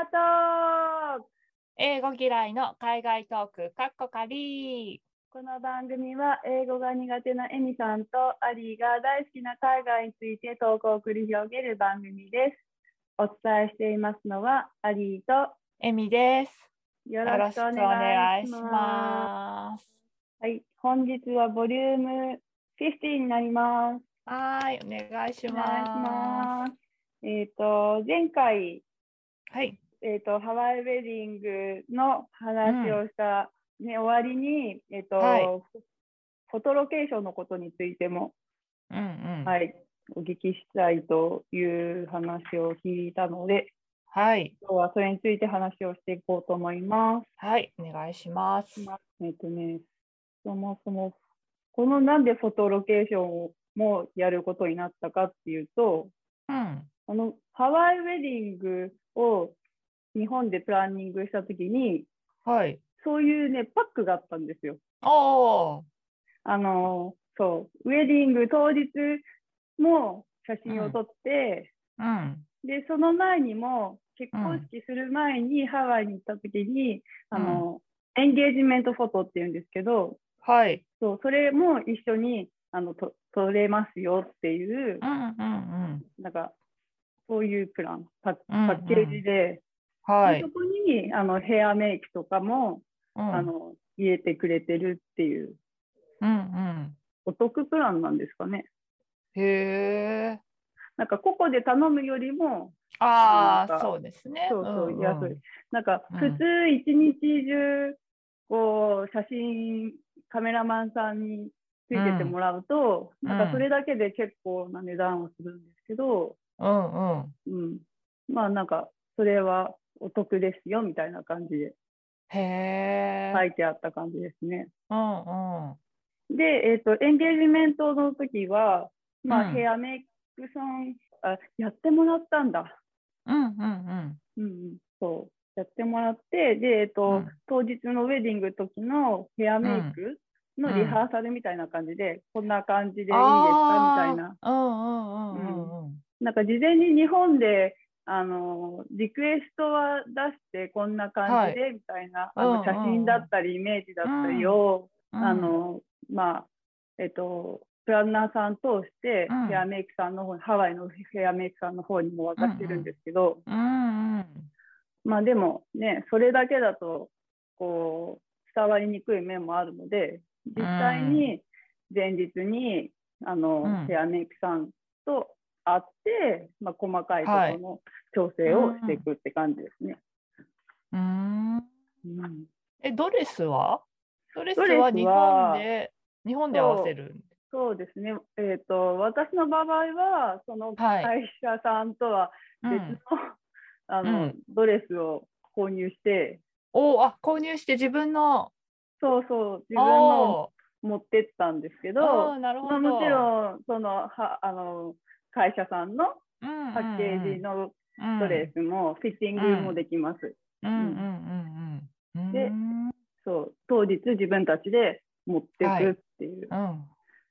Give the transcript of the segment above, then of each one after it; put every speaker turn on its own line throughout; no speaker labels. ートーク
英語嫌いの海外トーク、カッコカリー。
この番組は英語が苦手なエミさんとアリーが大好きな海外について投稿を繰り広げる番組です。お伝えしていますのはアリーと
エミです。
よ
よ
ろ
ろ
し
し
く
く
お
お
願
願
い
い
し
し
ま
ます。
す。はい、本日はボリューム50になります。
はーい、お願いし
お
ます。
願いします。えっ、と、前回、
はい、
えー、とハワイウェディングの話をした、ね終わりに、えーと
はい
フォトロケーションのことについても、
うんうん、はい、
はい、お聞きしたいという話を聞いたので
はい、
今日はそれについて話をしていこうと思います。
お願いします。
えーとね、そもそもこのなんでフォトロケーションをもやることになったかっていうと
うん、
あのハワイウェディングを日本でプランニングした時に
はい、
そういうね、パックがあったんですよ。
おー、
あの、そう、ウェディング当日も写真を撮って、
うん、
で、その前にも、結婚式する前にハワイに行った時に、あの、エンゲージメントフォトっていうんですけど、
はい、
そう、それも一緒に、あの、と撮れますよっていう
う、んうんうん、
なんか、そういうプラン、パパ
うんうん
ッケージで、
は
で
い
そ、こに、あの、ヘアメイクとかも、
うん、
あの、入れてくれてるっていう。
うんうん、
お得プランなんですかね。
へー、
なんか個々で頼むよりも、
あ
なん
あ、
か
そうですね。
そうそう、
んん
安い。なんか
うん
普通一日中、こう、写真、カメラマンさんについててもらうと、
うん
なんかそれだけで結構な値段をするんですけど、
うんうん。
うん。まあなんか、それはお得ですよみたいな感じで
へえ。
書いてあった感じですね。
うんうん。
で、えっ、と、エンゲージメントの時は、まあ、
うん
ヘアメイクさん、あ、やってもらったんだ。
うんうん
うんうん、そうやってもらってで、えっと
うん
当日のウェディングの時のヘアメイクのリハーサルみたいな感じで、こんな感じでいいですか
あー
みたいな
うん。うんうんうんうん。
なんか事前に日本であのリクエストは出してこんな感じでみたいな、あ
うんうん
の写真だったりイメージだったりを、
うん
あ、のまあえっとプランナーさん通して
うん
ヘアメイクさんの方にハワイのヘアメイクさんの方にも渡してるんですけど、
うんうん。
まあでもね、それだけだと、こう、伝わりにくい面もあるので、実際に前日に、あの、
うん
ヘアメイクさんと会って、まあ細かいところの調整をしていくって感じですね。
うーん。
うん
え、ドレスはドレス
ドレスは
は日本で、日本で合わせる。
そうですね。えっ、と、私の場合は、その
はい
会社さんとは
う
別の、
ん、
あの、
うん
ドレスを購入して、
おーあ、購入して自分の。
そうそう、自分の
お
持ってったんですけ
ー
ど
あー、なるほ
まあ、
ど。
もちろんそのはあの会社さんの
うん、
パッケージの
の
ドレスもフィッティングもできます、
うんうんうんうん。
で
うん
そう当日自分たちで持ってくっていう、
うん。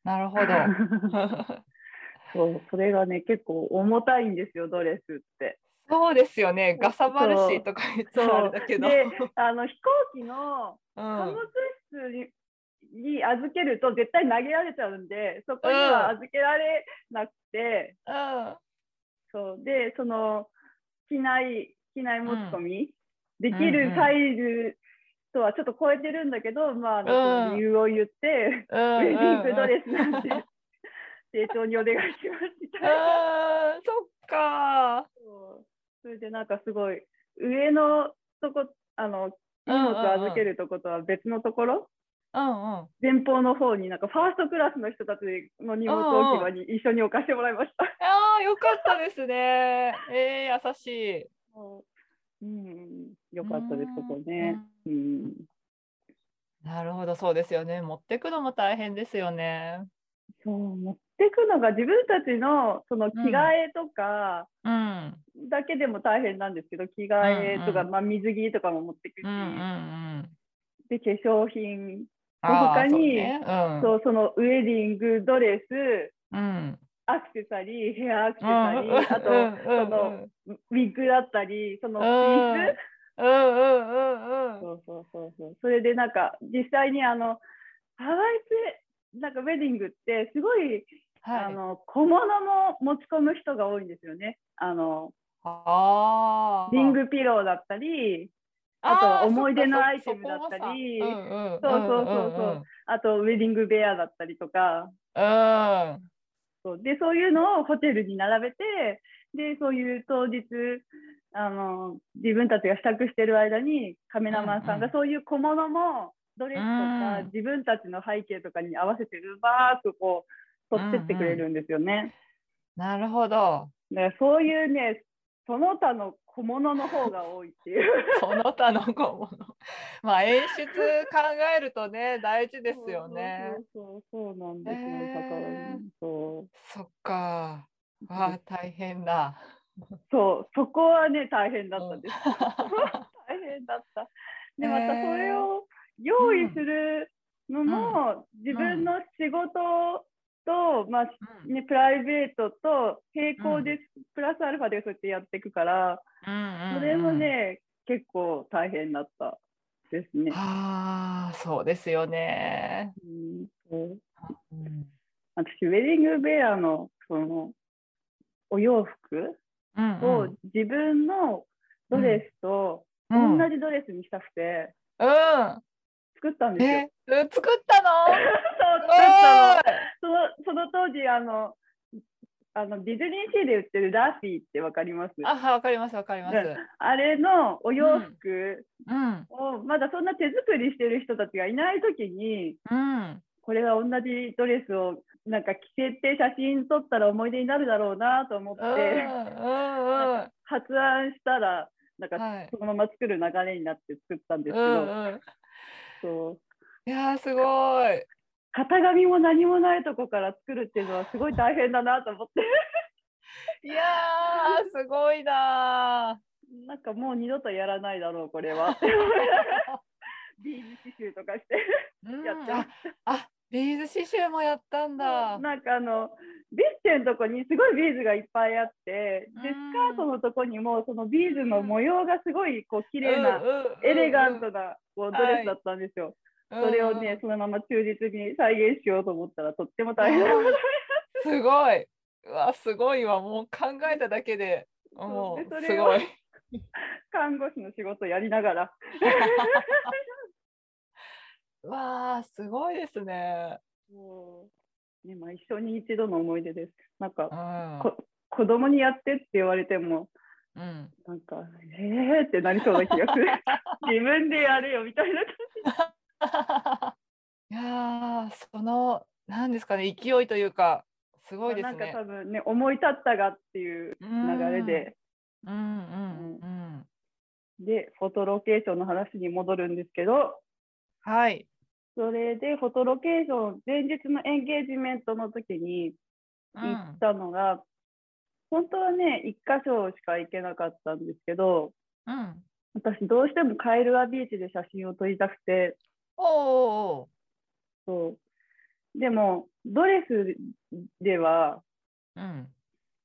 なるほど。
そうそれがね結構重たいんですよドレスって
そうですよね。ガサバルシーとか言ったらあれだけど。
であの飛行機の
う
貨
ん
物室に,、に預けると絶対投げられちゃうんでそこには預けられなくて、
うん
そうでその機内機内持ち込み、でき
う
る
んうん
サイズとはちょっと超えてるんだけど、まああの、その理由を言って、
うんうん
ウェディングド
うん
レスなんて 成長にお願いしますみたいな。
あーそっか
そうそれでなんかすごい上のとこあの荷物預けるとことは別のところ、
うんうん
前方の方になんかファーストクラスの人たちの荷物置き場に一緒に置かせてもらいました。
あーよかったですねえー、優しい
そううん、よかったですここね。
う
うんん
なるほどそうですよね持ってくのも大変ですよね
そう持ってくのが自分たちのその着替えとか
うん
だけでも大変なんですけど、着替えとか、
うんうん
まあ、水着とかも持ってくし、
うんうんうん
で化粧品、
あ
他
ー
に
そうねうん
とそのウェディングドレス
うん
アクセサリー、ヘアアクセ
う
サリ
ん
ー、あと、
うん
そのウィッグだったり、そのピ
うん
ース、
うんうんうんうん
そうそうそうそう。それでなんか実際にあのハワイツなんかウェディングってすごい、
は
あ
い
の小物も持ち込む人が多いんですよね。あの
あー
リングピローだったり、あとは思い出のアイテムだったり
そっかそっかそこもさ
そうそう
うん
そう
うん
そうあとウェディングベアだったりとか、
うんうん
そうでそういうのをホテルに並べて、でそういう当日あの自分たちが支度してる間にカメラマンさん
うんう
が
ん
そういう小物もドレスとか
うん
自分たちの背景とかに合わせてうまーくこう取ってってくれるんですよね。
なるほど
だからそういうねその他の小物の方が多いっていう。
その他の 小物まあ演出考えるとね大事ですよね。
そうそうそうそうなんですよ。
へ
だ
ー
からねそう
そっかわあ大変だ。
そうそこはね大変だったんです。
うん
大変だ った。
へ
で
ー
またそれを用意するのも、自分の仕事と、まあね、プライベートと並行で、プラスアルファでそうやってやっていくから、
う
そ
ん
れも。ね結構大変だったですね。
ああそうですよね。
うん、そう
うん
私ウェディングベアのそのお洋服
うん
を自分のドレスと
う
同
ん
じドレスにしたくて
う
作ったん
ん。
ですよ。
えうん作ったの？
そう作ったの
う
そのその当時あのあのディズニーシーで売ってるラッフィーってわかります
んあわかりますわかります。
あれのお洋服
うん
を、まだそんな手作りしてる人たちがいない時に
うん
これは同じドレスをなんか着せて写真撮ったら思い出になるだろうなと思って、
うんうんうん。
発案したらなんか
はい。
そのまま作る流れになって作ったんですけ
う
ど、
んうん。
そう
いやーすごい。
型紙も何もないとこから作るっていうのはすごい大変だなと思って。
いやーすごいな
なんかもう二度とやらないだろう、これ は。ビーズ刺繍とかして。
ー。うん
やってまし
ああビーズ刺繍もやったんだ。
なんかあの、ビステのとこにすごいビーズがいっぱいあって、で、
う
ス
ん
カートのとこにも、そのビーズの模様がすごい、こう、綺
綺
麗な、エレガントな、こう、ドレスだったんですよ。それをね、。そのまま忠実に再現しようと思ったら、とっても大変だった。
うんうんすごい。うわすごいわもう考えただけで。
そ
も
ううですそれを
ごい。
看護師の仕事やりながら。
わあすごいですね。
ね、まあ、一生に一度の思い出です。なんか
う、ん。
こ子供にやってって言われても、
うん。
なんか、えーってなりそうな気がする。自分でやれよみたいな。
いやーそのなんですかね勢いというかすごいです
なんか
ね。
多分ね、思い立ったがっていう流れで、
うんうんうん。
で、フォトロケーションの話に戻るんですけど、
はい。
それでフォトロケーション、前日のエンゲージメントの時に
う
行
ん
ったのが、本当はね、一箇所しか行けなかったんですけど、
うん。
私どうしてもカイルアビーチで写真を撮りたくて、
おうおう
そう。でも、ドレスでは、
おう。うん。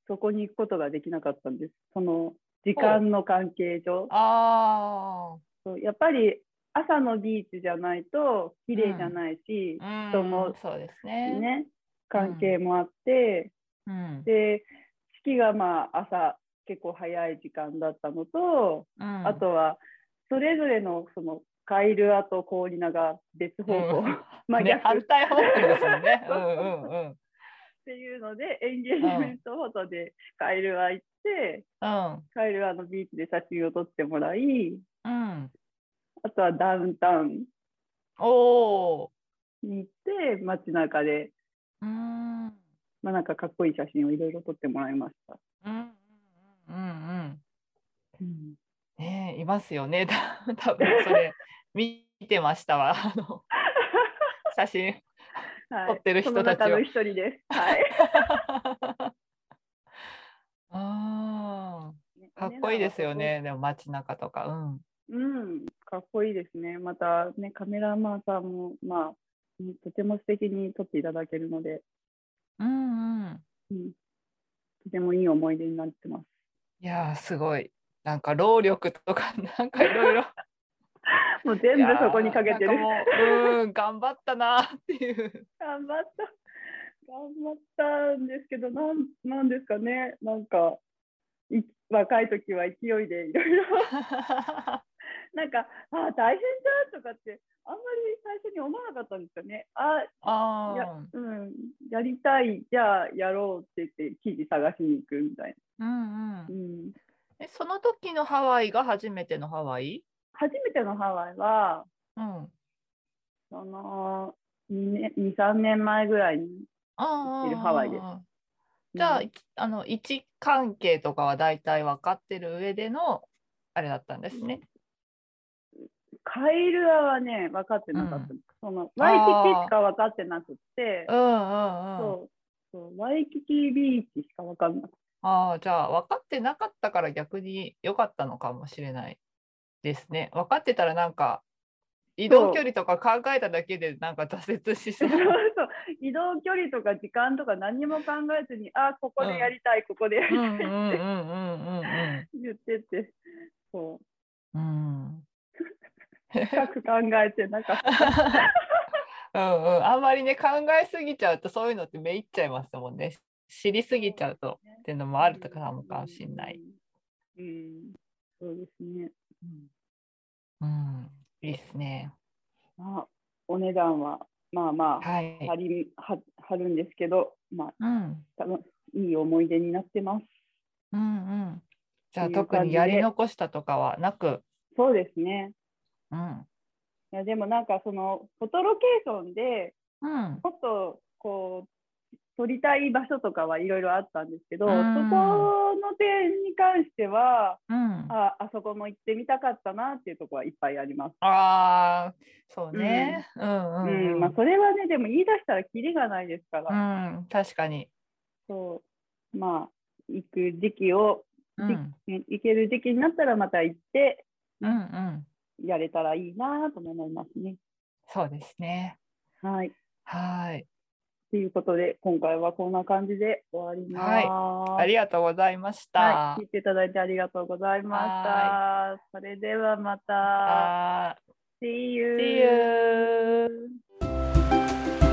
そこに行くことができなかったんです。その時間の関係上。
あ
そうやっぱり朝のビーチじゃないと綺麗じゃないし、
あ。
人も
そうですね。
ね、関係もあって、
うん。
で、式がまあ朝結構早い時間だったのと、
うん
あ。とはそれぞれのそのカイルアとコーリナが別方向、
うん
まあ
ね、
逆
反
っ
対方向ですも んね。うんうんうん。
ていうので、エンゲージメントフォトでカイルア行って、
うん。
カイルアのビーチで写真を撮ってもらい、
うん。
あとはダウンタウン
おお。
に行って街中で、
うん。うん
まあ、なんかかっこいい写真をいろいろ撮ってもらいました。
うんうんうん。
うん、
ねえいますよね。 た多分それ見てましたわ。あの写真。
はい、
撮ってる人たちを
その中の一人です。はい、
ああ、 かっこいいですよ。ね。でも街中とか。うん。
うん、かっこいいですね。またね、カメラマンさんも、まあ、ねとても素敵に撮っていただけるので、
うんうん。
うん、とてもいい思い出になってます。
いやーすごいなんか労力とか なんかいろいろ
もう 全部そこにかけてる。
いやーなんかもううーん頑張ったなーっていう
頑張った。頑張ったんですけど、なん、なんですかね、なんか。い若い時は勢いでいろいろ、 なんか、ああ、大変だとかって。あんまり最初に思わなかったんですよね。あ、
あ
いや
ー
うん、やりたい、じゃあ、やろうって言って、記事探しに行くみたい
うんう
な。うんん、
えその時のハワイが初めてのハワイ
初めてのハワイは、
うんあ
その。2年2、3年前ぐらいに。
あ
ってるハワイです
ああじゃあ,、
うん
あの位置関係とかは大体分かってる上でのあれだったんですね。
カイルアはね、分かってなかった。
うん
その
あー
ワイキキしか分かってなくて、
うんうんうん。
そうそう、ワイキキビーチしか分かんなくて、
ああじゃあ分かってなかったから逆に良かったのかもしれないですね。分かってたらなんか移動距離とか考えただけでなんか挫折し そ
そう
う。
そう移動距離とか時間とか何も考えずに、あー、ここでやりたい、ここでやり
うんう
たい
んうんうんうん
言ってて、そう、
うん。うん
深く考えてなかった。
うんうん、 あんまりね考えすぎちゃうとそういうのってめいっちゃいますもんね知りすぎちゃうとっていうのもあるとかもかもしれない、
うん。うん、そうですね。
うん、いいですね
まあ、お値段は、まあまあ、
はい、
張りは張るんですけど、まあ、
うん
多分いい思い出になってます。
うんうんじゃあ
っていう
特
感じ
に
で
やり残したとかはなく、
そうですね。
うん
いやでもなんかそのフォトロケーションで
うん、
もっとこう撮りたい場所とかはいろいろあったんですけど、
うん
そこの点に関しては
うん、
ああそこも行ってみたかったなっていうところはいっぱいあります。
あーそうね、うん、う
うんん
うん
まあ、それはねでも言い出したらキリがないですから、
うん確かに、
そうまあ行く時期を、
うん、うん
うん行ける時期になったらまた行って
うん
やれたらいいなとも思いますね。
そうですね
はい
はい
ということで今回はこんな感じで終わります。
ありがとうございました、
はい、聞いていただいてありがとうございました。それではまた。
あ
See you!
See you